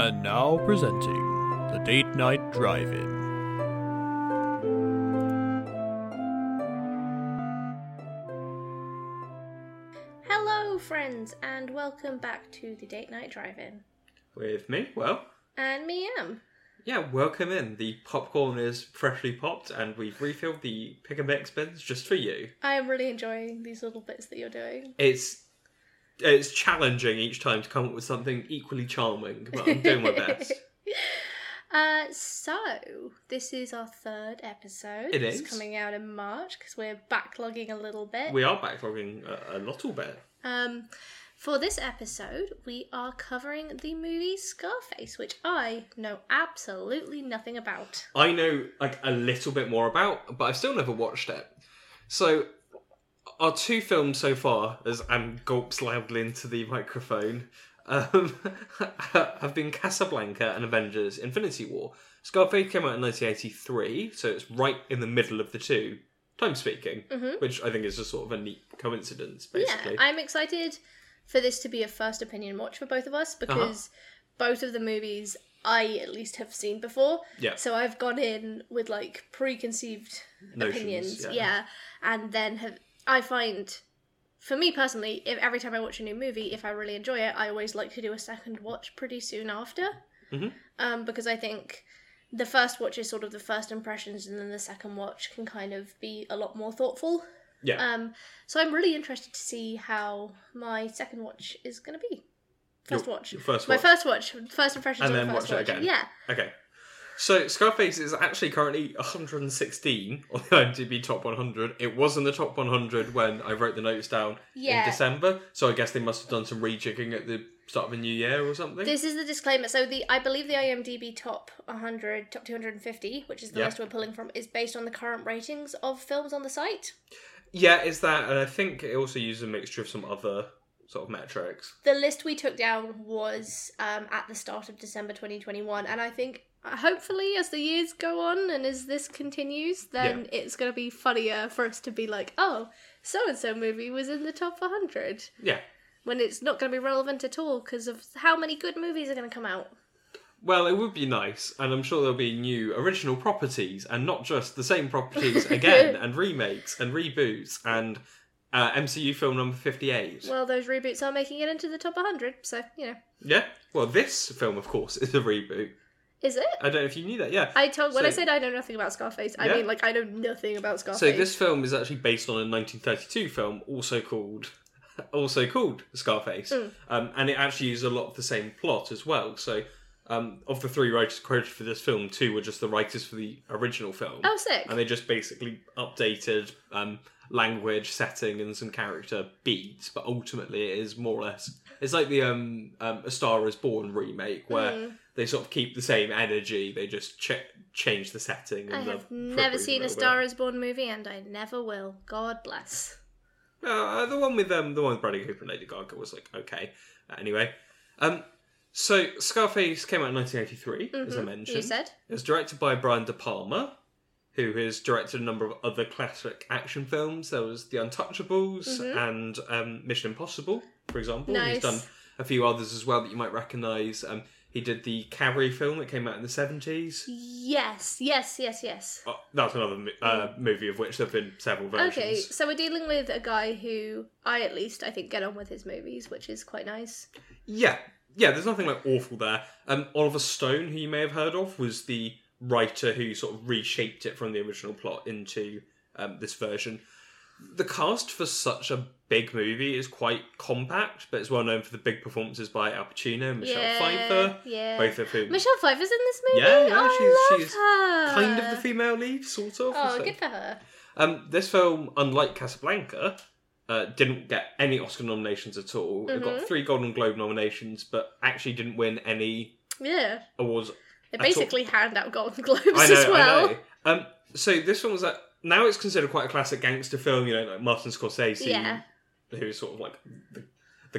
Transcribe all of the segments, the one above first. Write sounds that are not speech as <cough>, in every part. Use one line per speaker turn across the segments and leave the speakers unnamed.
And now presenting the Date Night Drive In.
Hello, friends, and welcome back to the Date Night Drive In.
With me, well,
And me, Em.
yeah, welcome in. The popcorn is freshly popped, and we've refilled the pick and mix bins just for you.
I'm really enjoying these little bits that you're doing.
It's it's challenging each time to come up with something equally charming, but I'm doing my best.
Uh, so, this is our third episode.
It
it's
is.
coming out in March because we're backlogging a little bit.
We are backlogging a, a little bit.
Um, for this episode, we are covering the movie Scarface, which I know absolutely nothing about.
I know like a little bit more about, but I've still never watched it. So our two films so far, as Am gulps loudly into the microphone, um, <laughs> have been Casablanca and Avengers: Infinity War. Scarface came out in 1983, so it's right in the middle of the two. Time speaking,
Mhm.
which I think is just sort of a neat coincidence, basically.
Yeah, I'm excited for this to be a first opinion watch for both of
Uh-huh.
us because both of the movies I at least have seen before.
Yeah.
So I've gone in with like preconceived
Notions,
opinions.
yeah.
And then have I find for me personally, if every time I watch a new movie, if I really enjoy it, I always like to do a second watch pretty soon after.
Mhm.
Um, because I think the first watch is sort of the first impressions, and then the second watch can kind of be a lot more thoughtful.
yeah.
Um, so I'm really interested to see how my second watch is going to be. First
Your-
watch.
your first
my
watch.
first watch. First impressions
And
on
then
the first
watch it again.
Yeah.
Okay. So Scarface is actually currently 116 on the <laughs> IMDb Top 100. It was in the Top 100 when I wrote the notes down
Yeah.
in December, so I guess they must have done some rejigging at the start of a new year or something.
This is the disclaimer. So the I believe the IMDb top 100, top 250, which is the
Yeah.
list we're pulling from, is based on the current ratings of films on the site.
Yeah, it's that, and I think it also uses a mixture of some other sort of metrics.
The list we took down was um, at the start of December 2021, and I think uh, hopefully as the years go on and as this continues, then it's going to be funnier for us to be like, oh, so and so movie was in the top 100.
Yeah.
when it's not going to be relevant at all because of how many good movies are going to come out.
Well, it would be nice, and I'm sure there'll be new original properties, and not just the
<laughs>
same properties again, and remakes, and reboots, and uh, MCU film number 58.
Well, those reboots are making it into the top 100, so you know,
Yeah. Well, this film, of course, is a reboot.
is it?
I don't know if you knew that. Yeah.
I told when I
So-
said I know nothing about Scarface, I
Yeah.
mean like I know nothing about Scarface.
so this film is actually based on a 1932 film, also called, <laughs> also called Scarface,
Mm.
um, and it actually uses a lot of the same plot as well. So, um, of the three writers quoted for this film, two were just the writers for the original film,
oh sick!
and they just basically updated um, language, setting, and some character beats. But ultimately, it is more or less it's like the um, um, A Star Is Born remake where.
Hmm.
They sort of keep the same energy. They just ch- change the setting. And
I
the
have
periphery
never seen a
little bit.
Star Is Born movie, and I never will. God bless.
Uh, the one with um, the one with Bradley Cooper and Lady Gaga was like okay. Anyway, um, so Scarface came out in 1983, as I
Mhm,
mentioned.
You said
It was directed by Brian De Palma, who has directed a number of other classic action films. There was The Untouchables
Mhm.
and um, Mission Impossible, for example.
Nice.
He's done a few others as well that you might recognise. Um, he did the Carrie film that came out in the 70s.
yes, yes, yes, yes.
Oh, that's another mo- uh, movie of which there have been several versions.
Okay, so we're dealing with a guy who I at least I think get on with his movies, which is quite nice.
Yeah, yeah. There's nothing like awful there. Um, Oliver Stone, who you may have heard of, was the writer who sort of reshaped it from the original plot into um, this version. The cast for such a big movie is quite compact, but it's well known for the big performances by Al Pacino and Michelle
yeah,
Pfeiffer,
yeah.
both of whom
Michelle Pfeiffer's in this movie.
Yeah, yeah,
I love
she's-
her.
kind of the female lead, sort
uh,
of.
Oh,
so-
good for her.
Um, this film, unlike Casablanca, uh, didn't get any Oscar nominations at all. It
Mhm.
got three Golden Globe nominations, but actually didn't win any
Yeah,
awards
they
I thought-
basically hand out Golden <laughs> Globes
I know,
as well.
I know. Um, so this one was like now it's considered quite a classic gangster film. You know, like Martin Scorsese,
Yeah.
who is sort of like the, the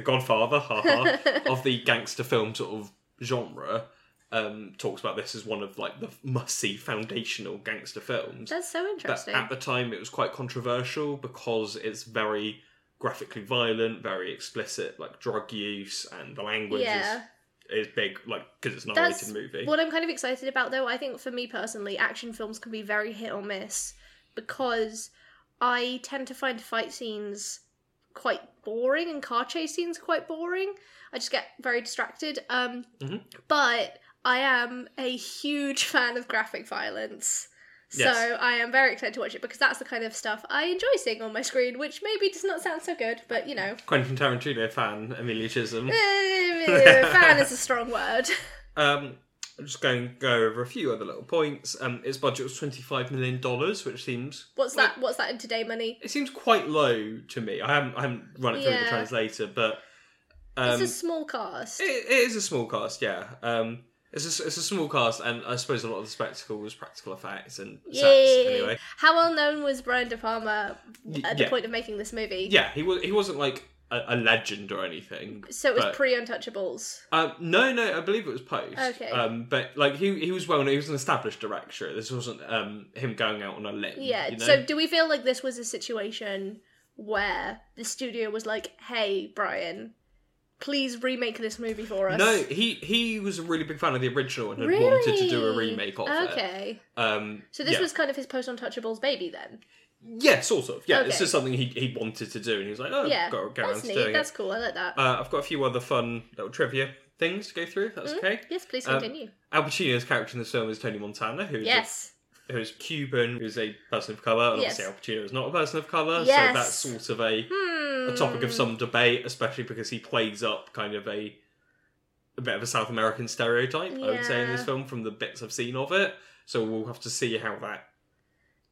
<laughs>
Godfather, haha, of the gangster film sort of genre. Um, talks about this as one of like the must-see foundational gangster films.
That's so
But
interesting.
at the time, it was quite controversial because it's very graphically violent, very explicit, like drug use and the language is
yeah,
is big, like because it's not
That's
a rated movie.
what I'm kind of excited about, though. I think for me personally, action films can be very hit or miss because I tend to find fight scenes quite boring and car chase scenes quite boring. I just get very distracted. Um,
Mhm.
But I am a huge <laughs> fan of graphic violence. So
Yes.
I am very excited to watch it because that's the kind of stuff I enjoy seeing on my screen, which maybe does not sound so good, but you
<laughs>
know, Eh,
Quentin Tarantino fan
<laughs>
Emily Chisholm.
fan is a strong word. <laughs>
Um, I'm just going to go over a few other little points. Um, its budget was twenty five million dollars, which seems
What's that? What's that in today money?
it seems quite low to me. I haven't I haven't run it through the
Yeah.
translator, but um,
it's a small cast.
It, it is a small cast, yeah. Um, it's a, it's a small cast, and I suppose a lot of the spectacle was practical effects and sets.
Yay.
Anyway,
How well known was Brian De Palma
Y-
at the
yeah.
point of making this movie?
yeah, he was he wasn't like a, a legend or anything.
So it was
but-
pre Untouchables.
Um, no, no, I believe it was post.
Okay.
Um, but like he he was well known. He was an established director. This wasn't um him going out on a limb.
Yeah.
you know?
So do we feel like this was a situation where the studio was like, hey, Brian, please remake this movie for us?
No, he he was a really big fan of the original and had
Really?
wanted to do a remake of it.
Okay.
Um,
So this
yeah.
was kind of his post Untouchables baby then.
yeah, sort of. Yeah,
Okay.
it's just something he he wanted to do, and he was like, oh,
yeah.
got to go around
that's
to
neat.
doing it.
That's cool. I like that.
Uh, I've got a few other fun little trivia things to go through. If that's okay.
yes, please
um,
continue.
Al Pacino's character in this film is Tony Montana, who is
yes.
a, who is Cuban, who is a person of color. And
Yes.
obviously, Al Pacino is not a person of color,
Yes.
so that's sort of a,
Hmm.
a topic of some debate, especially because he plays up kind of a a bit of a South American stereotype. I would say in this
Yeah.
film, from the bits I've seen of it. So we'll have to see how that.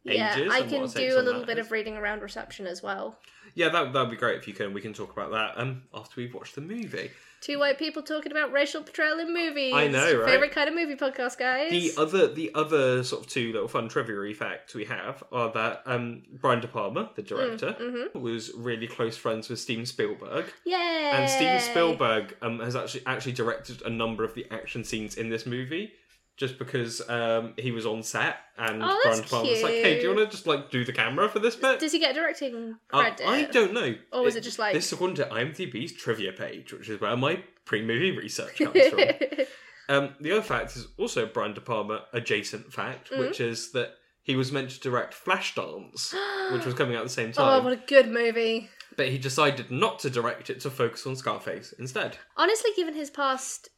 Yeah,
ages
I
and
can
what takes
do a
on
little
that
bit
is.
of reading around reception as well.
Yeah, that that would be great if you can. We can talk about that um after we've watched the movie.
Two white people talking about racial portrayal in movies.
I know,
It's your
right?
Favorite kind of movie podcast, guys.
The other, the other sort of two little fun trivia facts we have are that um, Brian De Palma,
Mm,
the director,
mm-hmm.
was really close friends with Steven Spielberg,
Yay!
and Steven Spielberg um, has actually actually directed a number of the action scenes in this movie, just because um, he was on set and
Oh,
Brian
that's
De Palma was like, "Hey, do you
cute.
want to just like do the camera for this bit?"
Does he get directing
Uh,
credit?
I don't know.
Or was it just like-
this? According to IMDb's trivia page, which is where my pre-movie research
<laughs>
comes from.
Oh,
Um, the other fact is also a Brian De Palma adjacent fact,
Mm-hmm.
which is that he was meant to direct
<gasps>
Flashdance, which was coming out at the same
oh,
time,
what a good movie!
but he decided not to direct it to focus on Scarface instead.
Honestly, given his past,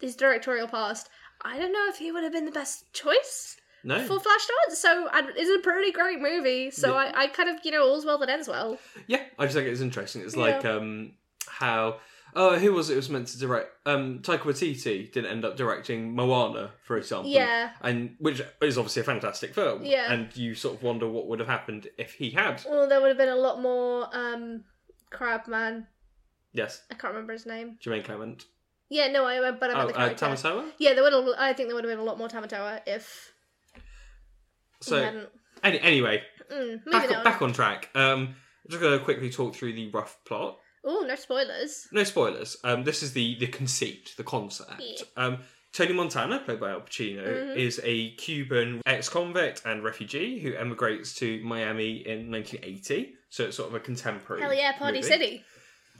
his directorial past, I don't know if he would have been the best choice
No,
for Flashdance. So and it's a pretty great movie. So I, I kind of you know all's well that ends well.
yeah, I just think it's interesting. It's like um, how oh, who was it was meant to direct? Um, Taika Waititi didn't end up directing Moana, for example.
Yeah.
and which is obviously a fantastic film.
Yeah.
and you sort of wonder what would have happened if he had.
Well, there would have been a lot more. um Crabman.
Yes,
I can't remember his name.
Jermaine Clement.
Yeah, no, I but I meant
Oh,
the
uh,
character.
Tamasawa.
Yeah, there would. have- I think there would have been a lot more Tamatoa if
So
he hadn't.
Any, anyway,
Mm, moving
back,
on.
back on track. Um, I'm just going to quickly talk through the rough plot.
Oh, no spoilers.
No spoilers. Um, this is the the conceit, the concept.
Yeah.
Um, Tony Montana, played by Al Pacino,
Mhm.
is a Cuban ex-convict and refugee who emigrates to Miami in 1980. So it's sort of a contemporary.
Hell yeah, Party
movie.
City.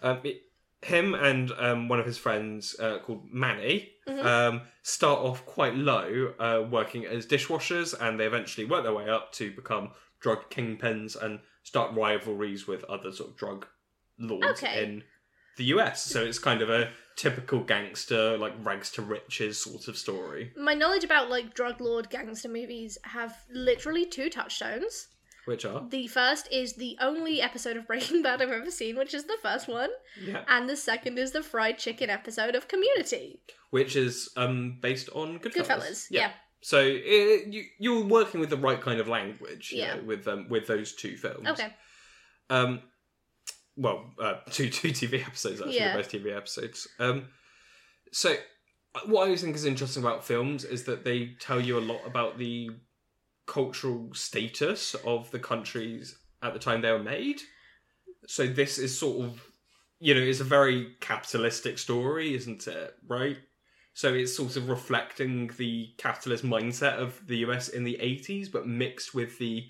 Um, it- him and um, one of his friends uh, called Manny
Mhm.
um, start off quite low, uh, working as dishwashers, and they eventually work their way up to become drug kingpins and start rivalries with other sort of drug lords
Okay.
in the US. So it's kind of a typical gangster, like rags to riches sort of story.
My knowledge about like drug lord gangster movies have literally two touchstones.
Which are
The first is the only episode of Breaking <laughs> Bad I've ever seen, which is the first one,
yeah,
and the second is the fried chicken episode of Community.
which is um, based on Goodfellas.
Goodfellas. Yeah.
So it, you, you're working with the right kind of language, you
Yeah.
know, with um, with those two films.
Okay.
Um, well, uh, two two TV episodes actually,
Yeah.
they're both TV episodes. Um, so uh, what I always think is interesting about films is that they tell you a lot about the cultural status of the countries at the time they were made. So this is sort of, you know, it's a very capitalistic story, isn't it? Right. So it's sort of reflecting the capitalist mindset of the US in the 80s, but mixed with the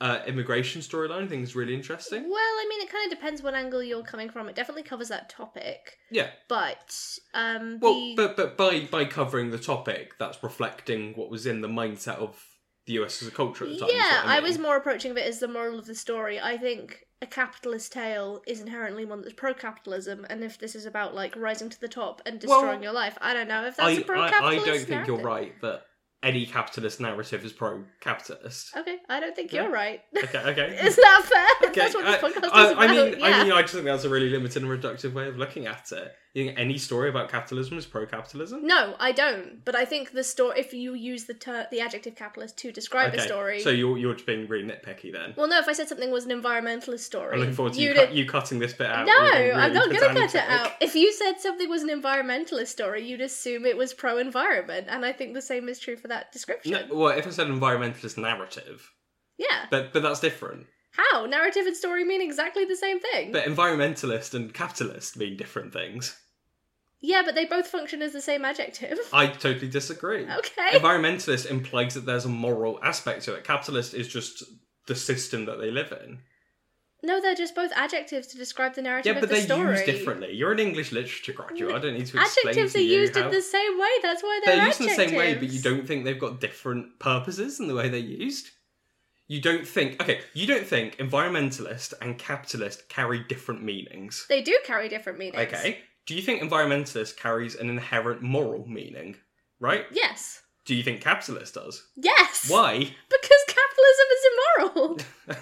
uh, immigration storyline. I think is really interesting.
Well, I mean, it kind of depends what angle you're coming from. It definitely covers that topic,
Yeah.
but um,
Well,
the
but but by by covering the topic, that's reflecting what was in the mindset of the US as a culture at the time. is
yeah,
what
I,
I,
was
mean.
more approaching of it as the moral of the story. I think a capitalist tale is inherently one that's pro-capitalism, and if this is about like rising to the top and
Well,
destroying your life, I don't know if
I,
that's a a
I, I
pro-capitalist.
don't think you're
narrative.
right that any capitalist narrative is pro-capitalist.
<laughs> Okay, I don't think
Yeah.
you're
<laughs>
right. <laughs>
Okay, okay.
is that fair? <laughs>
Okay,
That's what this
I-
podcast
I,
is about.
I mean,
yeah.
I mean, I just think that's a really limited and reductive way of looking at it. You think any story about capitalism is pro-capitalism?
No, I don't. But I think the story, if you use the ter- the adjective capitalist to describe a
okay,
story.
So you're you're just being really nitpicky then.
well, no, if I said something was an environmentalist story.
I'm looking forward to you,
you'd-
cut, you cutting this bit out.
No,
You're being
I'm
really
not going to cut it
pedantic.
out. If you said something was an environmentalist story, you'd assume it was pro environment. And I think the same is true for that description.
No, well, if I said environmentalist narrative,
Yeah.
but but that's different.
How? Narrative and story mean exactly the same thing.
But environmentalist and capitalist mean different things.
yeah, but they both function as the same adjective. <laughs>
I totally disagree.
okay.
Environmentalist implies that there's a moral aspect to it. Capitalist is just the system that they live in.
No, they're just both adjectives to describe the narrative
yeah,
of
but
the
they're
story.
used differently. You're an English literature graduate. I don't need to explain
Adjectives
to
are
you
used
how-
in the same way. That's why they're,
They're used in the same way, but you
adjectives.
don't think they've got different purposes in the way they're used. You don't think okay. You don't think environmentalist and capitalist carry different meanings.
They do carry different meanings.
Okay. Do you think environmentalist carries an inherent moral meaning? Right?
Yes.
Do you think capitalist does?
Yes.
Why?
<laughs> Because capitalism is immoral.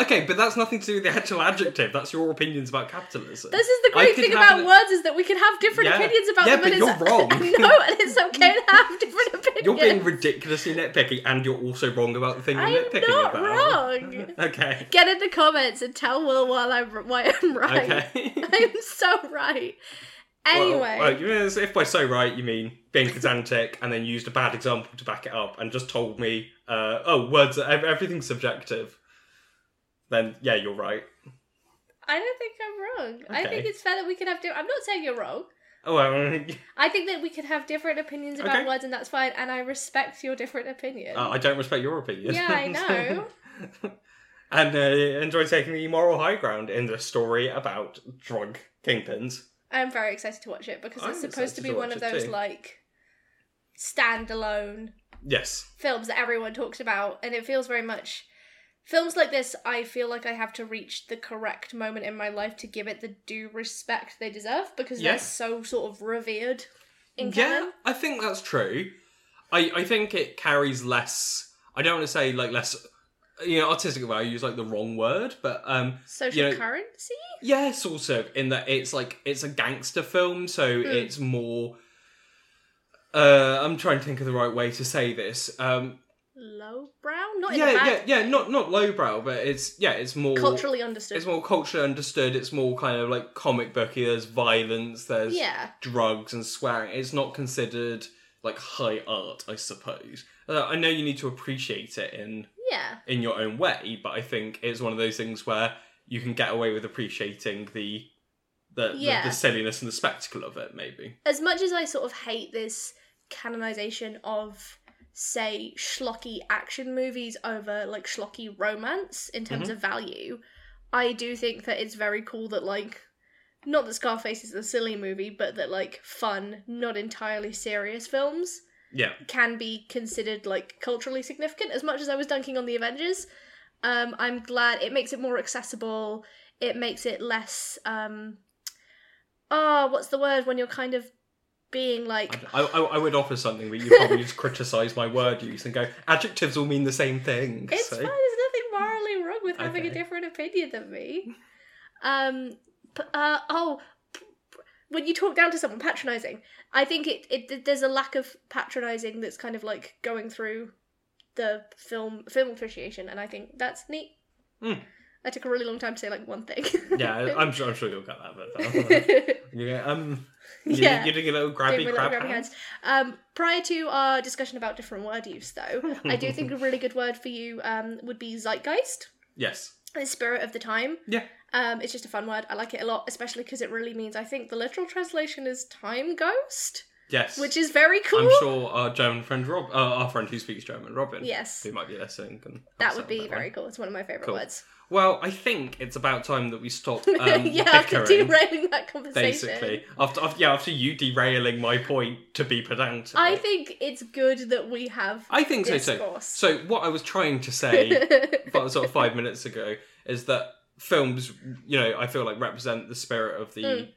Okay, but that's nothing to do with the actual adjective. That's your opinions about capitalism.
This is the
I
great
could
thing
have
about
an-
words is that we can have different
Yeah.
opinions about
Yeah,
them. and
but
it's,
you're
<laughs>
wrong.
I know, and it's okay to have different opinions.
<laughs> You're being ridiculously nitpicky, and you're also wrong about the thing you're
I am
nitpicking
not
about.
wrong.
Okay.
Get in the comments and tell Will while I'm why I'm right.
<laughs>
<laughs>
Okay.
I'm so right.
Well,
Anyway,
well, you know, if by so right you mean being pedantic and then used a bad example to back it up and just told me, uh, oh, words, are- ev- everything's subjective, then yeah, you're right.
I don't think I'm wrong. I
Okay.
think it's fair that we can have. Di- I'm not saying you're wrong.
Oh, well, <laughs>
I think that we can have different opinions about
Okay.
words, and that's fine. And I respect your different opinion.
<laughs> Uh, I don't respect your opinion.
Yeah,
<laughs>
I know.
and uh, enjoy taking the moral high ground in the story about drug kingpins.
I'm very excited to watch it because
I'm
it's supposed
excited
to be
to
one
watch
of
it
those
too.
like standalone
Yes.
films that everyone talks about, and it feels very much films like this. I feel like I have to reach the correct moment in my life to give it the due respect they deserve because
Yeah.
they're so sort of revered in
Yeah,
canon.
I think that's true. I, I think it carries less. I don't want to say like less. You know, artistic value is like the wrong word, but um,
Social
You know-
currency.
yes, also in that it's like it's a gangster film, so
Mm.
it's more. Uh, I'm trying to think of the right way to say this. Um,
Lowbrow, not in a
yeah, yeah,
bad
yeah. Not not lowbrow, but it's yeah, it's more
culturally understood.
It's more culturally understood. It's more kind of like comic booky. There's violence. There's
yeah,
drugs and swearing. It's not considered like high art, I suppose. Uh, I know you need to appreciate it in
yeah.
in your own way, but I think it's one of those things where you can get away with appreciating the the, the-
Yeah.
the, silliness and the spectacle of it. Maybe
as much as I sort of hate this canonization of say schlocky action movies over like schlocky romance in terms of value, I do think that it's very cool that like not that Scarface is a silly movie, but that like fun, not entirely serious films
yeah,
can be considered like culturally significant as much as I was dunking on the Avengers. Um, I'm glad it makes it more accessible. It makes it less um oh, what's the word when you're kind of being like
I, I, I would offer something, but you probably just criticise my word use and go adjectives all mean the same thing.
it's
so.
fine, there's nothing morally wrong with having a
Okay.
different opinion than me. Um p- uh oh p- p- when you talk down to someone patronizing, I think it, it there's a lack of patronizing that's kind of like going through the film film appreciation, and I think that's neat.
Mm.
I took a really long time to say like one thing.
Yeah, I-
<laughs>
I'm sure, I'm sure you'll get that. But uh,
yeah,
you go, um,
<laughs>
you,
Yeah.
you're doing a little
doing
grabby
my little
crab
grabby
hand.
hands. Um, prior to our discussion about different word use, though, I do
<laughs>
think a really good word for you um, would be zeitgeist,
Yes.
the spirit of the time.
Yeah.
Um, it's just a fun word. I like it a lot, especially because it really means. I think the literal translation is time ghost.
Yes.
which is very cool.
I'm sure our German friend Rob, uh, our friend who speaks German, Robin.
Yes.
Who might be listening. Can help us
that
out
would be
that
very
way.
cool. It's one of my favorite
Cool.
words. <laughs>
Well, I think it's about time that we stop. Um,
yeah, after
<laughs> bickering,
derailing that conversation.
basically. After, after yeah, after you derailing my point to be pedantic.
I think it's good that we have. <laughs>
I think so too.
discourse.
So what I was
<laughs>
trying to say <laughs> about sort of five minutes ago is that films, you know, I feel like represent the spirit of the
Mm.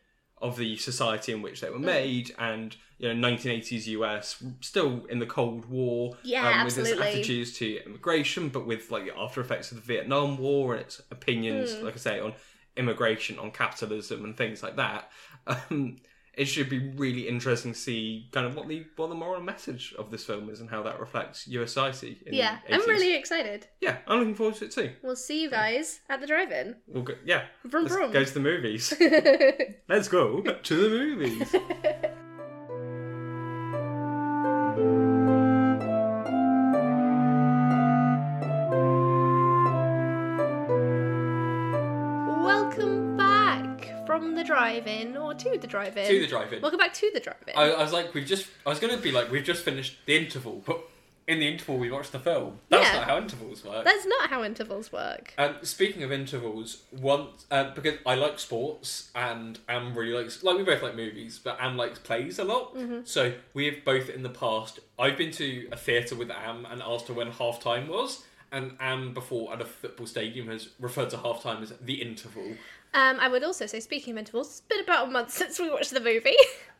of the society in which they were made, and you know, 1980s US, still in the Cold War, um,
Yeah,
with its
absolutely.
attitudes to immigration, but with like the after effects of the Vietnam War and its opinions,
Mm.
like I say, on immigration, on capitalism, and things like that. Um, it should be really interesting to see kind of what the what the moral message of this film is and how that reflects US society. In
yeah,
the
I'm
80s.
really excited.
yeah, I'm looking forward to it too.
We'll see you guys at the drive-in.
We'll go, yeah,
Vroom <laughs>
let's
vroom.
go to the movies. Let's go to the movies.
Welcome back from the drive-in or to the drive-in.
<laughs> to the drive-in.
Welcome back to the drive-in.
I, I was like, we've just. I was going to be like, we've just finished the interval, but in the interval we watched the film. That's
Yeah.
not how intervals work.
That's not how intervals work.
And speaking of intervals, once uh, because I like sports and Anne really likes like we both like movies, but Anne likes plays a lot. So we have both in the past. I've been to a theatre with Anne and asked her when half time was, and Anne before at a football stadium has referred to half time as the interval.
Um, I would also say, speaking of intervals, it's been about a month <laughs> since we watched the movie.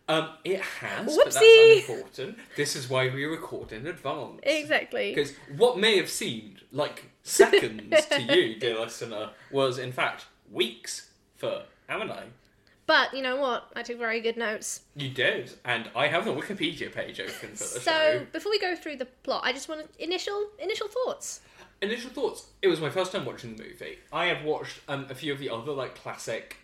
Um, it has, but
Whoopsie.
that's unimportant. This is why we record in advance.
<laughs> exactly.
Because what may have seemed like seconds to you, dear listener, was in fact weeks for Anne and I.
But you know what? I took very good notes.
You did, and I have the Wikipedia page open for the
So
show.
before we go through the plot, I just want to initial initial thoughts.
Initial thoughts. It was my first time watching the movie. I have watched um, a few of the other like classic.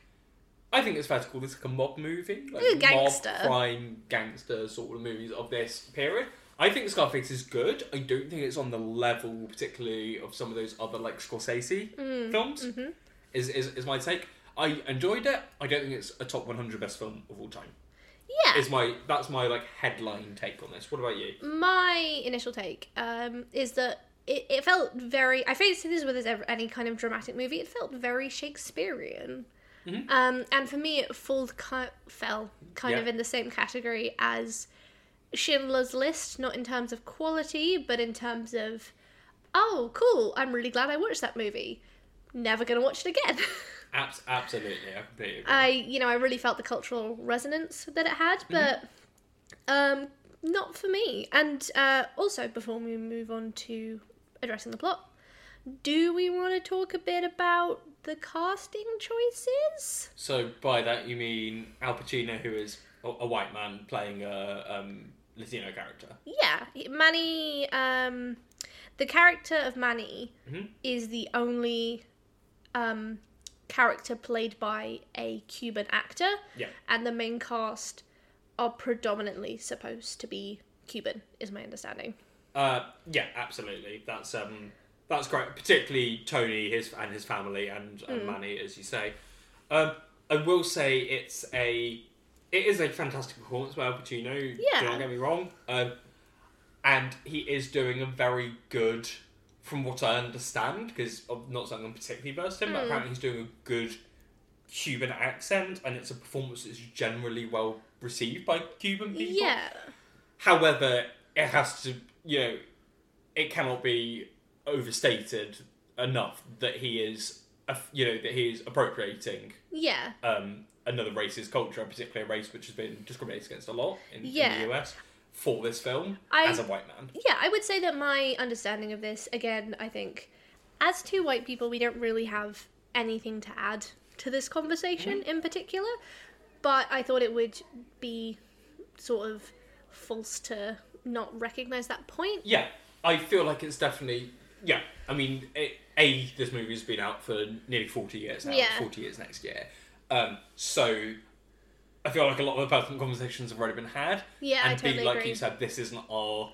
I think it's fair to call this like a mob movie, like
Ooh, gangster.
mob crime gangster sort of movies of this period. I think Scarface is good. I don't think it's on the level, particularly of some of those other like Scorsese
Mm,
films.
mm-hmm.
Is, is is my take. I enjoyed it. I don't think it's a top 100 best film of all time.
Yeah.
Is my that's my like headline take on this. What about you?
my initial take um, is that it, it felt very. I think this is with ever, any kind of dramatic movie. It felt very Shakespearean, um, and for me, it full ki- fell kind
Yeah.
of in the same category as Schindler's List, not in terms of quality, but in terms of oh, cool! I'm really glad I watched that movie. Never gonna watch it again. <laughs>
Abs- absolutely, I completely agree.
I, you know, I really felt the cultural resonance that it had, but um, not for me. And uh, also, before we move on to addressing the plot, do we want to talk a bit about the casting choices?
so by that you mean Al Pacino, who is a, a white man playing a um, Latino character.
Yeah, Manny. Um, the character of Manny
Mhm.
is the only um, character played by a Cuban actor.
Yeah.
and the main cast are predominantly supposed to be Cuban, is my understanding.
Uh, yeah, absolutely. That's um, that's great. Particularly Tony, his and his family, and,
Hmm.
and Manny, as you say. Um, I will say it's a it is a fantastic performance by Al Pacino.
Yeah.
do not get me wrong. Um, and he is doing a very good, from what I understand, because I'm not saying I'm particularly versed
Hmm.
in, but apparently he's doing a good Cuban accent, and it's a performance that's generally well received by Cuban people.
Yeah,
However, it has to, you know, it cannot be overstated enough that he is, a- you know, that he is appropriating
yeah,
um, another race's culture, and particularly a race which has been discriminated against a lot in,
Yeah.
in the US for this film
I-
as a white man.
yeah. I would say that my understanding of this, again, I think, as two white people, we don't really have anything to add to this conversation in particular, but I thought it would be sort of false to not recognize that point.
Yeah, I feel like it's definitely yeah. I mean, a, a this movie's been out for nearly forty years now.
Yeah.
Forty years next year. Um, so I feel like a lot of the personal conversations have already been had.
Yeah, I
and B,
totally
like
agree.
you said, this isn't our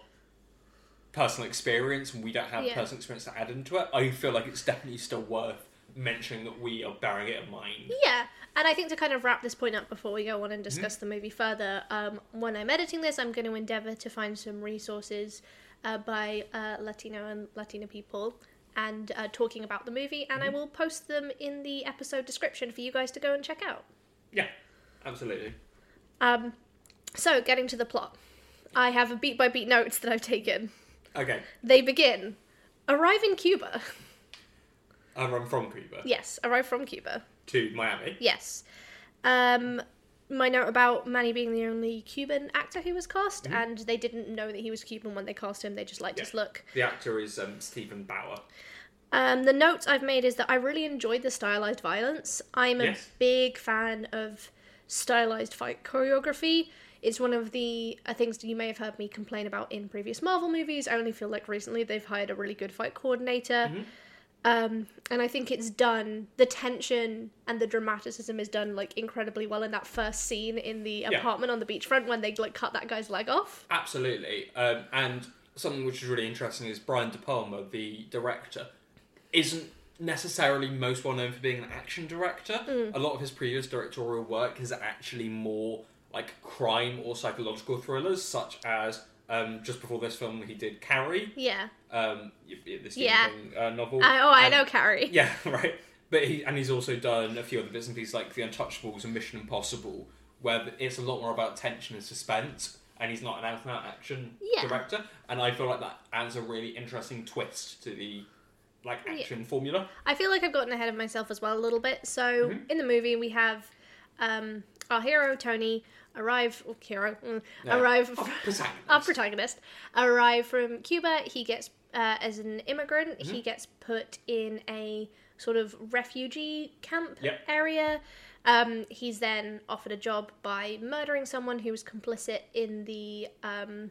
personal experience, and we don't have
Yeah.
personal experience to add into it. I feel like it's definitely still worth mentioning that we are bearing it in mind.
Yeah, and I think to kind of wrap this point up before we go on and discuss the movie further, um, when I'm editing this, I'm going to endeavour to find some resources uh, by uh, Latino and Latina people and uh, talking about the movie, and I will post them in the episode description for you guys to go and check out.
Yeah, absolutely.
Um, so, getting to the plot, I have a beat by beat notes that I've taken.
Okay,
They begin arrive in Cuba. <laughs>
and I'm from Cuba
Yes, arrive from Cuba.
to Miami.
Yes. Um, my note about Manny being the only Cuban actor who was cast, and they didn't know that he was Cuban when they cast him. They just liked his
Yeah.
look.
The actor is um, Stephen Bauer.
Um, the notes I've made is that I really enjoyed the stylized violence. I'm a
Yes.
big fan of stylized fight choreography. It's one of the uh, things that you may have heard me complain about in previous Marvel movies. I only feel like recently they've hired a really good fight coordinator. Um, and I think it's done, the tension and the dramaticism is done like incredibly well in that first scene in the apartment on the beachfront when they like cut that guy's leg off.
Absolutely. Um, and something which is really interesting is Brian De Palma, the director, isn't necessarily most well known for being an action director.
Hmm.
A lot of his previous directorial work is actually more like crime or psychological thrillers, such as um, just before this film he did Carrie,
Yeah.
um, y- y- the Stephen
Yeah.
King uh, novel.
I, oh, I
And-
know, Carrie.
Yeah, <laughs> right. But he, and he's also done a few other bits and pieces like The Untouchables and Mission Impossible, where it's a lot more about tension and suspense, and he's not an out and out action
Yeah.
director. And I feel like that adds a really interesting twist to the like
Yeah.
action formula.
I feel like I've gotten ahead of myself as well a little bit. So in the movie, we have um, our hero Tony arrive, or hero mm,
No.
arrive, <laughs>
Oh, protagonist.
our protagonist arrive from Cuba. He gets uh, as an immigrant. He gets put in a sort of refugee camp
Yep.
area. Um, he's then offered a job by murdering someone who was complicit in the um,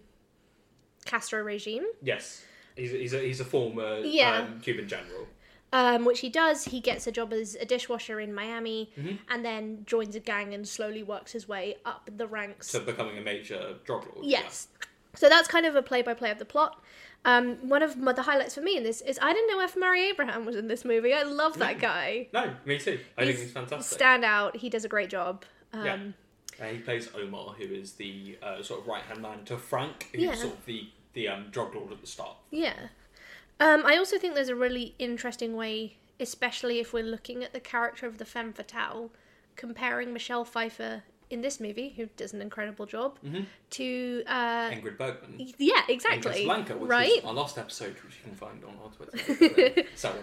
Castro regime.
yes, he's he's a, he's a former
Yeah.
um, Cuban general.
um, which he does. He gets a job as a dishwasher in Miami,
Mm-hmm.
and then joins a gang and slowly works his way up the ranks.
So becoming a major drug lord.
yes, so that's kind of a play-by-play of the plot. Um, one of my, the highlights for me in this is I didn't know F. Murray Abraham was in this movie. I love that guy.
Yeah. No, me too. Mm. I think he's fantastic.
Stand out. He does a great job. Um,
Yeah. Uh, he plays Omar, who is the uh, sort of right hand man to Frank, who's
Yeah.
sort of the, the um, drug lord at the start.
Yeah. Um, I also think there's a really interesting way, especially if we're looking at the character of the femme fatale, comparing Michelle Pfeiffer in this movie, who does an incredible job, to uh,
Ingrid Bergman.
yeah,
in
exactly,
Casablanca, which
right?
was our last episode, which you can find on our Twitter.
<laughs>
so,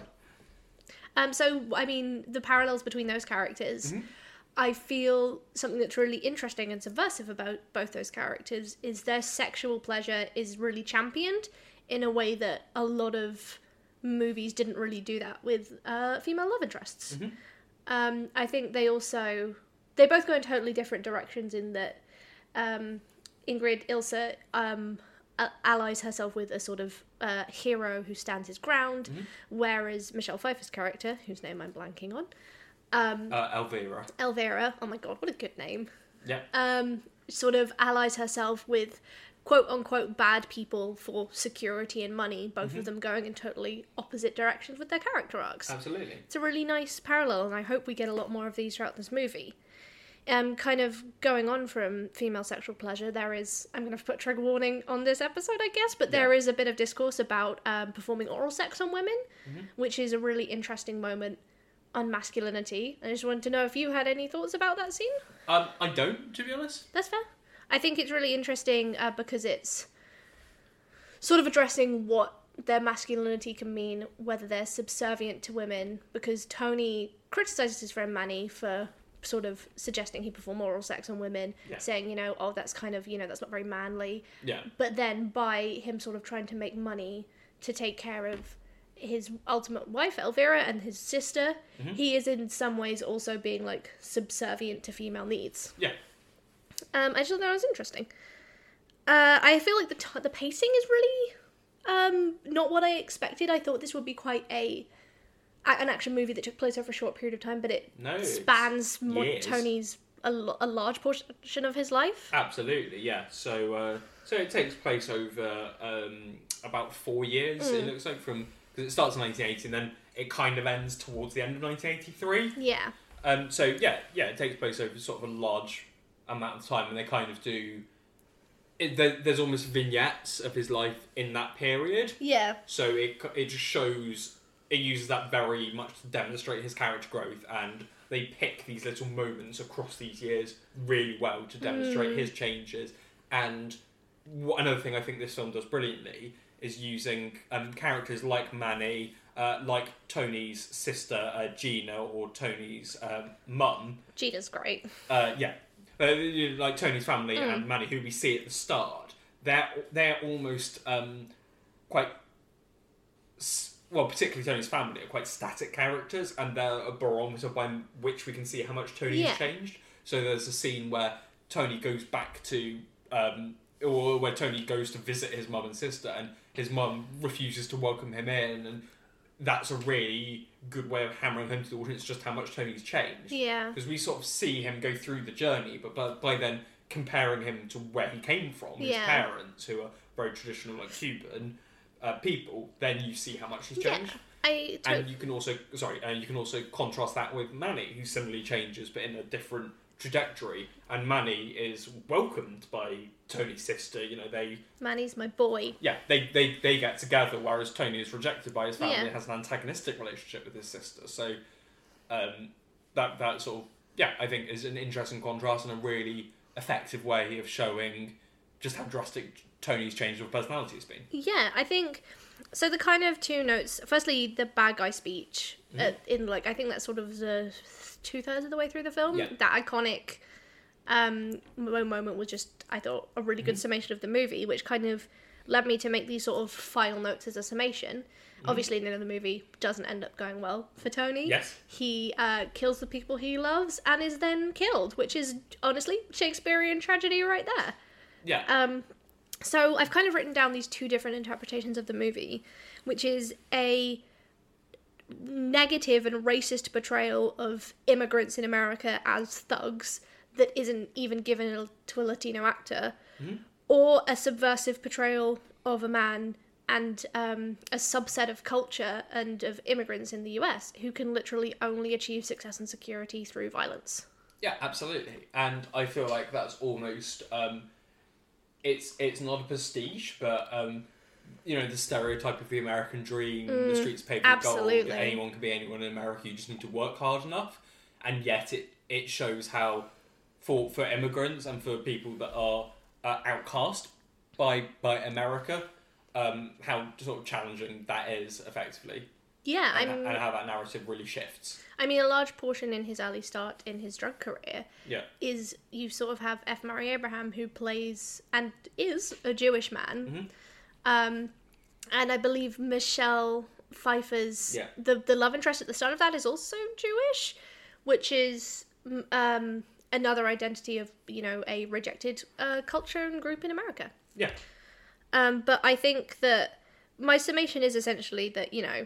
Um, so I mean, the parallels between those characters. I feel something that's really interesting and subversive about both those characters is their sexual pleasure is really championed in a way that a lot of movies didn't really do that with uh, female love interests. Um, I think they also they both go in totally different directions in that um, Ingrid Ilsa um, a- allies herself with a sort of uh, hero who stands his ground, whereas Michelle Pfeiffer's character, whose name I'm blanking on,
uh, Elvira.
Elvira, oh my god, what a good name,
Yeah.
um, sort of allies herself with quote unquote bad people for security and money, both of them going in totally opposite directions with their character arcs
Absolutely.
it's a really nice parallel, and I hope we get a lot more of these throughout this movie. Um, kind of going on from female sexual pleasure, there is I'm going to put trigger warning on this episode, I guess, but there
Yeah.
is a bit of discourse about um, performing oral sex on women, which is a really interesting moment on masculinity. I just wanted to know if you had any thoughts about that scene.
Um, I don't, to be honest.
That's fair. I think it's really interesting uh, because it's sort of addressing what their masculinity can mean, whether they're subservient to women, because Tony criticizes his friend Manny for sort of suggesting he perform oral sex on women,
Yeah.
saying, you know, oh, that's kind of, you know, that's not very manly.
Yeah.
But then by him sort of trying to make money to take care of his ultimate wife, Elvira, and his sister, he is in some ways also being like subservient to female needs.
Yeah.
Um, I just thought that was interesting. Uh, I feel like the t- the pacing is really um, not what I expected. I thought this would be quite a, a an action movie that took place over a short period of time, but it
No. it's-
spans mo-
years. Uh,
Tony's a, lo- a large portion of his life.
Absolutely, yeah. So, uh, so it takes
Mm.
place over um, about four years. It looks like from because it starts in 1980, and then it kind of ends towards the end of 1983.
Yeah.
Um, so yeah, yeah, it takes place over sort of a large amount of time, and they kind of do. It, there, there's almost vignettes of his life in that period,
Yeah.
so it c- it just shows it uses that very much to demonstrate his character growth, and they pick these little moments across these years really well to demonstrate his changes. And wh- another thing I think this film does brilliantly is using um, characters like Manny. Uh, like Tony's sister uh, Gina or Tony's um, mum,
Gina's great.
uh, yeah, uh, you know, like Tony's family and Manny, who we see at the start, they're they're almost um, quite s- well, particularly Tony's family are quite static characters, and they're a barometer by m- which we can see how much Tony's
Yeah.
changed. So there's a scene where Tony goes back to. Um, or where Tony goes to visit his mum and sister, and his mum refuses to welcome him in, and that's a really good way of hammering home to the audience just how much Tony's changed
Yeah.
because we sort of see him go through the journey, but by, by then comparing him to where he came from, his
Yeah.
parents, who are very traditional, like Cuban uh, people, then you see how much he's
Yeah.
changed.
I to-
And you can also, sorry, uh, you can also contrast that with Manny, who similarly changes but in a different trajectory. And Manny is welcomed by Tony's sister. You know, they
Manny's my boy.
yeah, they, they, they get together, whereas Tony is rejected by his family
Yeah.
and has an antagonistic relationship with his sister. So um, that that sort of yeah, I think is an interesting contrast and a really effective way of showing just how drastic Tony's change of personality has been.
Yeah, I think so. The kind of two notes. Firstly, the bad guy speech
Mm-hmm.
uh, in like I think that's sort of the two thirds of the way through the film.
Yeah.
That iconic um, mo- moment was just I thought a really
Mm-hmm.
good summation of the movie, which kind of led me to make these sort of final notes as a summation.
Mm-hmm.
Obviously, none of the movie doesn't end up going well for Tony.
Yes.
he uh, kills the people he loves and is then killed, which is honestly Shakespearean tragedy right there.
Yeah.
Um, so I've kind of written down these two different interpretations of the movie, which is a negative and racist portrayal of immigrants in America as thugs that isn't even given to a Latino actor,
Mm-hmm.
or a subversive portrayal of a man and um, a subset of culture and of immigrants in the US who can literally only achieve success and security through violence.
Yeah, absolutely. And I feel like that's almost um, it's it's not a prestige, but um, you know the stereotype of the American dream, the streets paved with
Mm, absolutely.
gold. Anyone can be anyone in America. You just need to work hard enough. And yet, it it shows how for for immigrants and for people that are uh, outcast by by America, um, how sort of challenging that is effectively,
Yeah,
and,
I'm.
and how that narrative really shifts.
I mean, a large portion in his early start in his drug career
Yeah.
is you sort of have F. Murray Abraham, who plays and is a Jewish man. Um, and I believe Michelle Pfeiffer's,
Yeah.
the, the love interest at the start of that is also Jewish, which is m- um, another identity of, you know, a rejected uh, culture and group in America.
Yeah.
Um, but I think that my summation is essentially that, you know,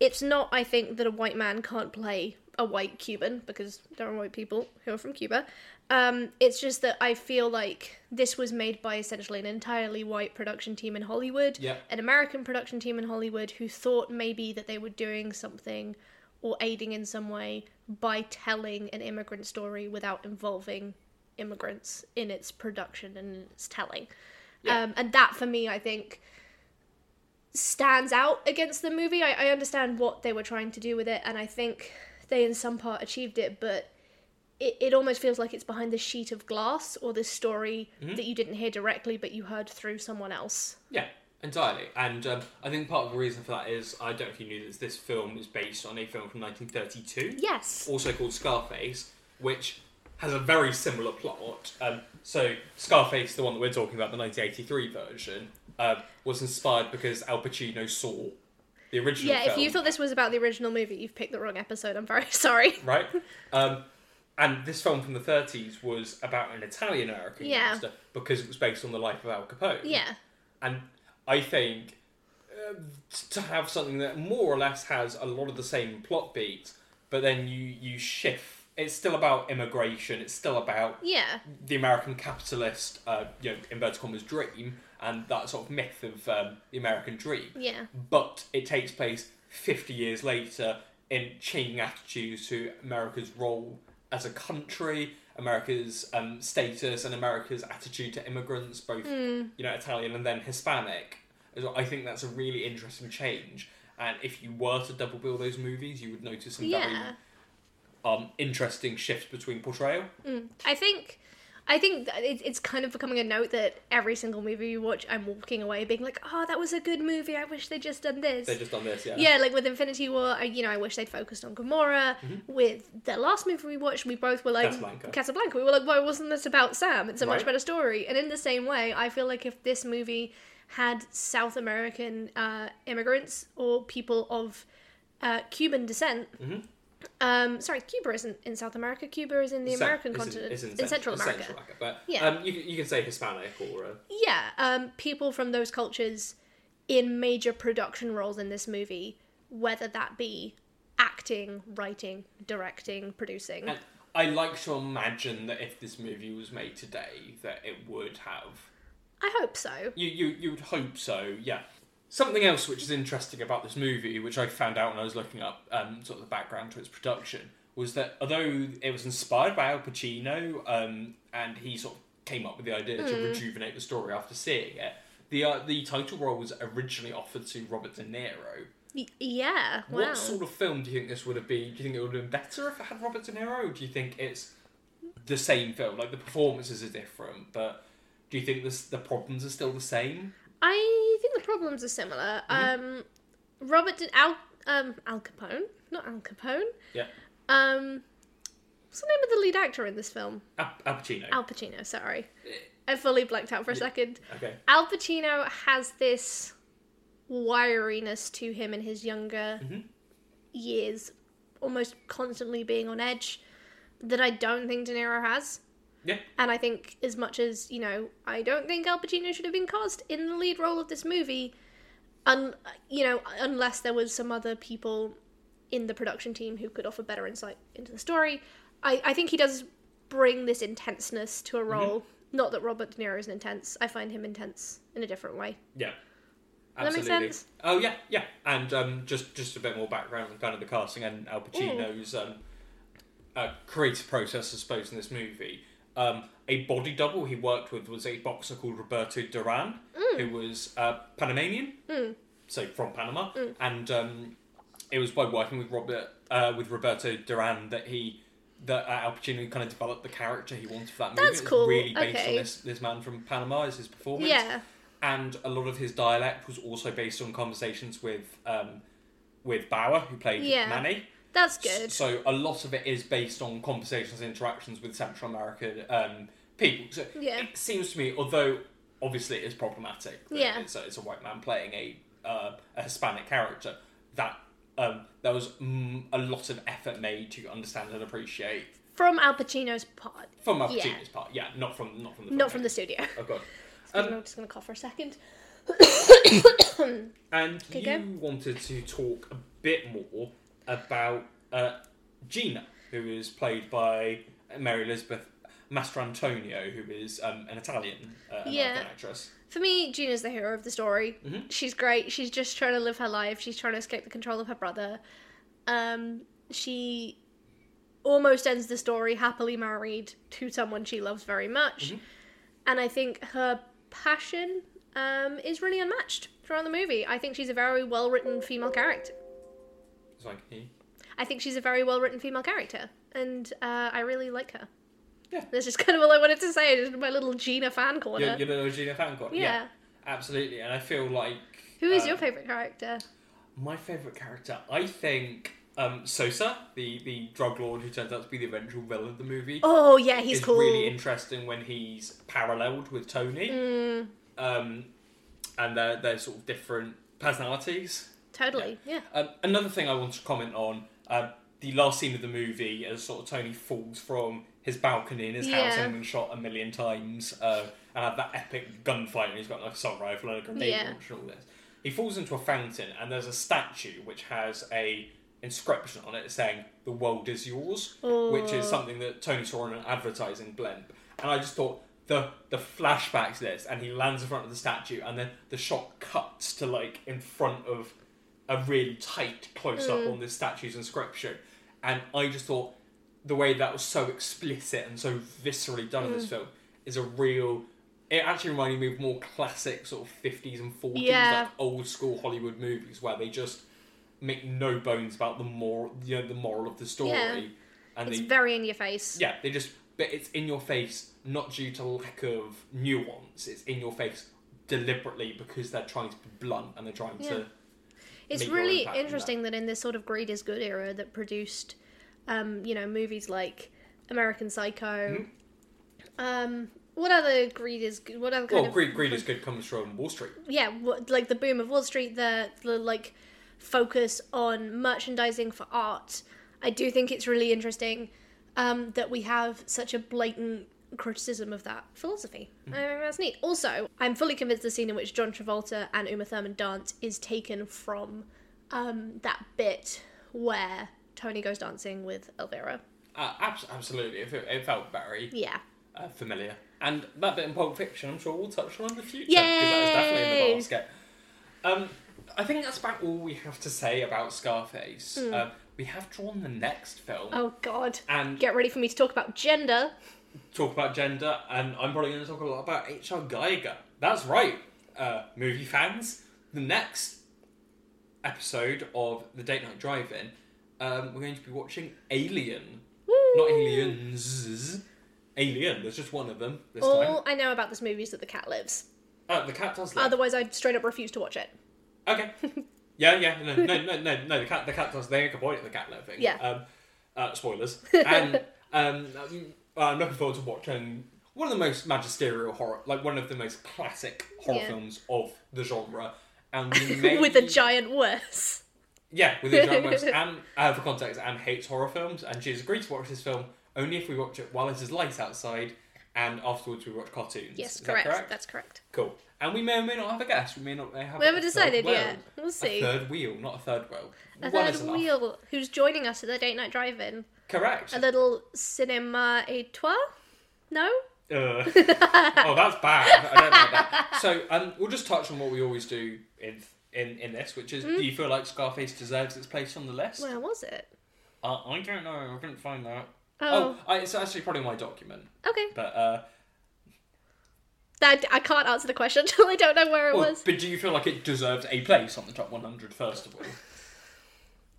it's not, I think, that a white man can't play a white Cuban because there are white people who are from Cuba. Um, it's just that I feel like this was made by essentially an entirely white production team in Hollywood,
Yeah.
an American production team in Hollywood who thought maybe that they were doing something or aiding in some way by telling an immigrant story without involving immigrants in its production and in its telling.
Yeah.
Um, and that for me, I think, stands out against the movie. I, I understand what they were trying to do with it, and I think they, in some part, achieved it, but it, it almost feels like it's behind this sheet of glass or this story that you didn't hear directly, but you heard through someone else.
Yeah, entirely. And um, I think part of the reason for that is I don't know if you knew this. This film is based on a film from 1932,
Yes.
also called Scarface, which has a very similar plot. Um, so Scarface, the one that we're talking about, the 1983 version, uh, was inspired because Al Pacino saw the original.
Yeah, if you
film
thought this was about the original movie, you've picked the wrong episode. I'm very <laughs> sorry.
right? Um, and this film from the 30s was about an Italian American
Yeah.
gangster because it was based on the life of Al Capone.
Yeah.
And I think uh, to have something that more or less has a lot of the same plot beats, but then you you shift. It's still about immigration. It's still about
Yeah.
the American capitalist, uh, you know, inverted commas, dream and that sort of myth of um, the American dream.
Yeah.
But it takes place 50 years later in changing attitudes to America's role as a country, America's um, status, and America's attitude to immigrants, both
Hmm.
you know Italian and then Hispanic. As well, I think that's a really interesting change. And if you were to double bill those movies, you would notice some very
Yeah.
um, interesting shifts between portrayal.
I think I think that it, it's kind of becoming a note that every single movie you watch, I'm walking away being like, oh, that was a good movie. I wish they'd just done this.
They've just done this, yeah.
yeah, like with Infinity War, I, you know, I wish they'd focused on Gamora. With the last movie we watched, we both were like
Mm-hmm. Casablanca.
Casablanca. We were like, why wasn't this about Sam? It's a much
Right.
better story. And in the same way, I feel like if this movie had South American uh, immigrants or people of uh, Cuban descent,
Mm-hmm.
um, sorry, Cuba isn't in South America. Cuba is in the
Sa-
American
is
continent,
is
in Central America.
Central But
Yeah.
um, you, you can say Hispanic or. Uh,
Yeah, um, people from those cultures in major production roles in this movie, whether that be acting, writing, directing, producing.
And I like to imagine that if this movie was made today, that it would have.
I hope so.
You you you would hope so, yeah. Something else which is interesting about this movie, which I found out when I was looking up um, sort of the background to its production, was that although it was inspired by Al Pacino, um, and he sort of came up with the idea to rejuvenate the story after seeing it, the uh, the title role was originally offered to Robert De Niro.
Y- yeah, wow.
What sort of film do you think this would have been? Do you think it would have been better if it had Robert De Niro? Or do you think it's the same film? Like the performances are different, but do you think this, the problems are still the same?
I think the problems are similar.
Mm-hmm.
Um, Robert De- Al um Al Capone, not Al Capone.
Yeah.
Um, what's the name of the lead actor in this film?
Al, Al Pacino.
Al Pacino. Sorry,
Uh,
I fully blanked out for a second.
okay.
Al Pacino has this wiriness to him in his younger years, almost constantly being on edge, that I don't think De Niro has.
Yeah.
And I think, as much as, you know, I don't think Al Pacino should have been cast in the lead role of this movie, un- you know, unless there was some other people in the production team who could offer better insight into the story. I, I think he does bring this intenseness to
Mhm.
a role. Not that Robert De Niro isn't intense. I find him intense in a different way.
Yeah.
That makes
Absolutely.
sense?
Oh yeah, yeah. And um, just just a bit more background on kind of the casting and Al Pacino's um, uh, creative process, I suppose, in this movie. Um, a body double he worked with was a boxer called Roberto Duran,
Mm.
who was uh, Panamanian, so from Panama,
Mm.
and um, it was by working with Robert uh, with Roberto Duran that he that uh, Al Pacino kind of developed the character he wanted for that movie.
That's
It was
cool.
Really based on
Okay.
this this man from Panama is his performance
Yeah.
and a lot of his dialect was also based on conversations with um, with Bauer, who played
Yeah.
Manny.
That's
S-
good.
So a lot of it is based on conversations, and interactions with Central American um, people. So
Yeah.
it seems to me, although obviously it is problematic, that
Yeah.
it's, a, it's a white man playing a uh, a Hispanic character. That um, there was mm, a lot of effort made to understand and appreciate
From Al Pacino's part,
from Al
Yeah.
Pacino's part. Yeah, not from not from the
not from
filmmaker.
the studio.
Oh god. Um,
I'm just going to cough for a second.
And you
go.
wanted to talk a bit more about uh, Gina, who is played by Mary Elizabeth Mastrantonio, who is um, an Italian uh, American
Yeah.
actress.
For me, Gina's the hero of the story. She's great. She's just trying to live her life. She's trying to escape the control of her brother. Um, she almost ends the story happily married to someone she loves very much. And I think her passion um, is really unmatched throughout the movie. I think she's a very well written female character.
It's like, eh.
I think she's a very well written female character. And uh, I really like her.
Yeah.
That's just kind of all I wanted to say. Just my little Gina fan corner.
you're, you're a little Gina fan god.
uh, Yeah.
absolutely. And I feel like
Who is
um,
your favourite character?
my favorite character? I think um, Sosa, the the drug lord who turns out to be the eventual villain of the movie.
Oh yeah, he's
is
cool.
really interesting when he's paralleled with Tony,
Mm.
um, and they're, they're sort of different personalities.
totally, yeah.
Um, another thing I want to comment on uh, the last scene of the movie, as sort of Tony falls from his balcony in his house
Yeah.
and been shot a million times, uh, and had that epic gunfight, and he's got like a assault rifle and a grenade
Yeah.
launcher and all this. He falls into a fountain, and there's a statue which has a inscription on it saying "The world is yours," which is something that Tony saw in an advertising blimp, and I just thought. The, the flashbacks to this and he lands in front of the statue and then the shot cuts to like in front of a really tight close up on this statue's inscription, and I just thought the way that was so explicit and so viscerally done in
Mm.
this film is a real. It actually reminded me of more classic sort of fifties and forties,
Yeah.
like old school Hollywood movies where they just make no bones about the moral, you know, the moral of the story,
Yeah.
and
It's
they
very in your face.
yeah, they just but it's in your face, not due to lack of nuance. It's in your face deliberately because they're trying to be blunt and they're trying
Yeah.
to.
It's
make your
really
impact in that.
interesting that. in this sort of greed is good era that produced, um, you know, movies like American Psycho. Um, what other greed is good? What other kind
Mm-hmm. Well,
of
greed, greed is good comes from Wall Street.
yeah, what, like the boom of Wall Street, the, the like focus on merchandising for art. I do think it's really interesting um, that we have such a blatant criticism of that philosophy.
Mm.
I think that's neat. Also, I'm fully convinced the scene in which John Travolta and Uma Thurman dance is taken from um, that bit where Tony goes dancing with Elvira.
Uh, abs- absolutely, it, fe- it felt very
Yeah.
uh, familiar. And that bit in Pulp Fiction, I'm sure we'll touch on in the future because that was definitely in
Yay!
the basket. Um, I think that's about all we have to say about Scarface. Uh, we have drawn the next film
Hmm. Oh, God.
and
Get ready for me to talk about gender.
talk about gender, and I'm probably going to talk a lot about H.R. Geiger. That's right, uh, movie fans. The next episode of the Date Night Drive In, um, we're going to be watching Alien. Not Aliens. Alien, there's just one of them this time.
All I know about this movie is that the cat lives.
Uh, the cat does live.
Otherwise, I'd straight up refuse to watch it. <laughs>
Okay. Yeah, yeah, no, no, no, no, no. The cat, the cat does. They make a point of the cat living.
Yeah.
Um, uh, spoilers.
<laughs>
And um, um, I'm looking forward to watching one of the most magisterial horror, like one of the most classic horror
Yeah.
films of the genre. And we
<laughs>
may...
with a giant worse.
yeah, with
<laughs>
a giant. mouse. and uh, for context, Anne hates horror films, and she has agreed to watch this film only if we watch it while it is light outside, and afterwards we watch cartoons.
Yes,
Is that
correct.
correct.
That's correct.
Cool. And we may or may not have a guest. We may not have.
We haven't
a third
decided yet.
wheel.
We'll see.
A third wheel, not a third wheel.
A
One
third
is enough.
wheel who's joining us at the date night drive-in.
Correct.
A little cinema étoile? No? <laughs>
Uh, oh, that's bad. I don't like that. So um, we'll just touch on what we always do in in, in this, which
Mm-hmm.
is, do you feel like Scarface deserves its place on the list?
Where was it?
uh, I don't know. I couldn't find that.
Oh,
I, it's actually probably my document,
okay.
but. Uh,
That I can't answer the question <laughs> until I don't know where it
well,
was.
oh, but do you feel like it deserves a place on the top 100 first of all?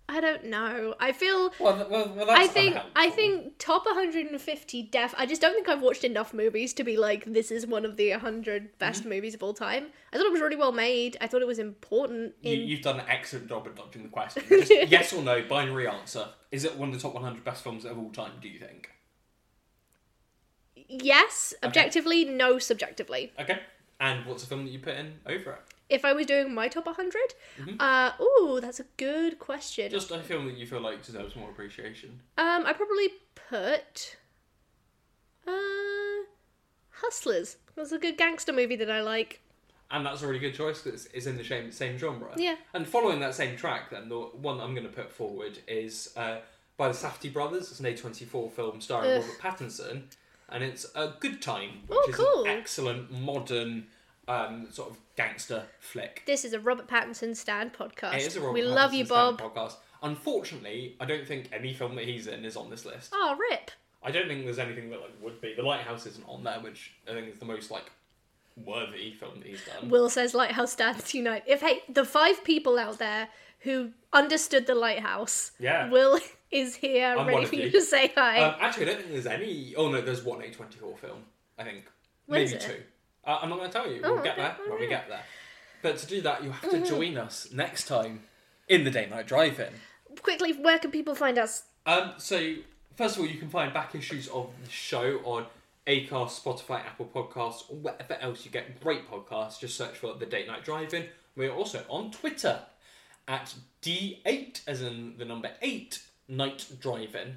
I don't know. I feel
Well, th- well, well that's
I think I
unhelpful.
think top 150 def I just don't think I've watched enough movies to be like this is one of the 100 best
Mm-hmm.
movies of all time. I thought it was really well made. I thought it was important
You,
in
you've done an excellent job at dodging the
<laughs>
question. Just yes or no, binary answer. Is it one of the top 100 best films of all time, do you think?
yes, objectively, no subjectively.
Okay. And what's the film that you put in over it?
if I was doing my top 100? Uh, ooh, that's a good question.
Mm-hmm. Just a film that you feel like deserves more appreciation.
um, I probably put uh, Hustlers. It was a good gangster movie that I like.
And that's a really good choice because it's in the same, same genre.
Yeah.
And following that same track, then, the one I'm going to put forward is uh, by the Safety Brothers. It's an A24 film starring
Ugh.
Robert Pattinson. And it's A Good Time, which
Oh,
is
cool.
an excellent, modern, um, sort of gangster flick.
This is a Robert Pattinson Stan podcast.
It is a Robert
we love you,
Pattinson Stan
Bob.
Podcast. Unfortunately, I don't think any film that he's in is on this list.
Oh, rip.
I don't think there's anything that like would be. The Lighthouse isn't on there, which I think is the most like worthy film that he's done.
Will says Lighthouse stands unite. If, hey, the five people out there who understood the lighthouse,
Yeah.
Will <laughs> is here
I'm one
ready
of
for you
you.
to say hi.
Um, actually, I don't think there's any. Oh no, there's one A24 film. I think
What is
maybe
it?
two. Uh, I'm not going to tell you. We'll
Oh, Mm-hmm.
get
okay,
there when we
alright.
get there. But to do that, you have to join us next time in the Day Night Drive In.
Quickly, where can people find us?
Um, so first of all, you can find back issues of the show on Acast, Spotify, Apple Podcasts, or wherever else you get great podcasts. Just search for the Date Night Drive In. We're also on Twitter at D8, as in the number eight Night Drive In.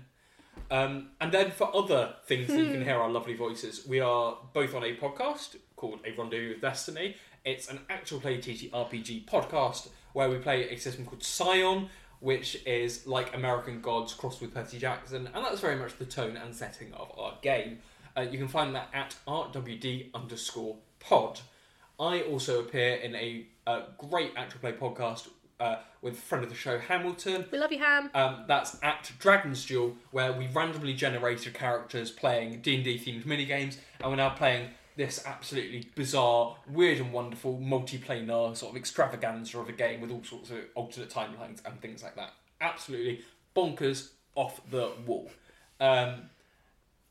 Um, and then for other things that you can hear our lovely voices, we are both on a podcast called A Rendezvous with Destiny. It's an actual play TTRPG podcast where we play a system called Scion, which is like American Gods crossed with Percy Jackson, and that's very much the tone and setting of our game. Uh, you can find that at rwd underscore pod. I also appear in a, uh great actual play podcast uh, with friend of the show Hamilton.
We love you, Ham.
Um, that's at Dragon's Duel, where we randomly generated characters playing D and D themed minigames, and we're now playing this absolutely bizarre, weird and wonderful multiplanar sort of extravaganza of a game with all sorts of alternate timelines and things like that. Absolutely bonkers, off the wall. Um,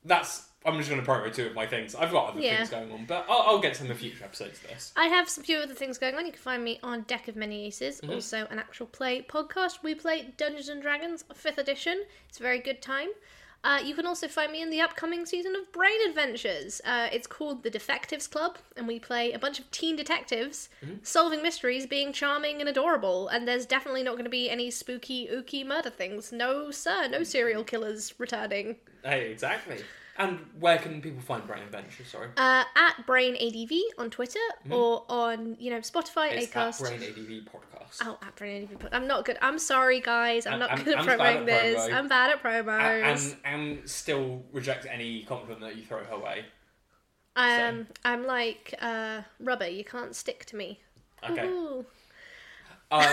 that's I'm just going to prioritize two of my things. I've got other
Yeah.
things going on, but I'll, I'll get to them in future episodes. Of this.
I have some few other things going on. You can find me on Deck of Many Aces,
Mm-hmm.
also an actual play podcast. We play Dungeons and Dragons 5th edition. It's a very good time. Uh, you can also find me in the upcoming season of Brain Adventures. Uh, it's called The Defectives Club, and we play a bunch of teen detectives
Mm-hmm.
solving mysteries, being charming and adorable. And there's definitely not going to be any spooky, ooky murder things. No, sir,
Mm-hmm.
no serial killers returning.
Hey, exactly. And where can people find Brain Adventure? Sorry,
Uh, at Brain ADV on Twitter or on you know Spotify,
Mm-hmm. it's
Acast.
at Brain ADV Podcast.
Oh, at Brilliant Interview Pod- I'm not good. I'm sorry, guys. I'm
I'm-
not
I'm-
good at
I'm bad
promoting
at
this.
promo.
I'm bad at
A-
promos.
and and still reject any compliment that you throw her way.
Um, I'm like uh, rubber. You can't stick to me.
Okay.
Ooh. <laughs>
Uh,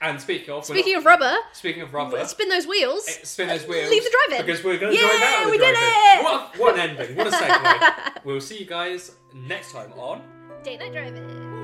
and speaking of, we're
Speaking
not-
of rubber,
speaking of rubber,
let's spin those wheels.
eh, spin those wheels.
leave the drive in.
because we're going to
Yeah,
drive out. Of the
we did
drive-in.
it! <laughs>
What, what an ending! What a segue. we'll see you guys next time on.
Date night driving.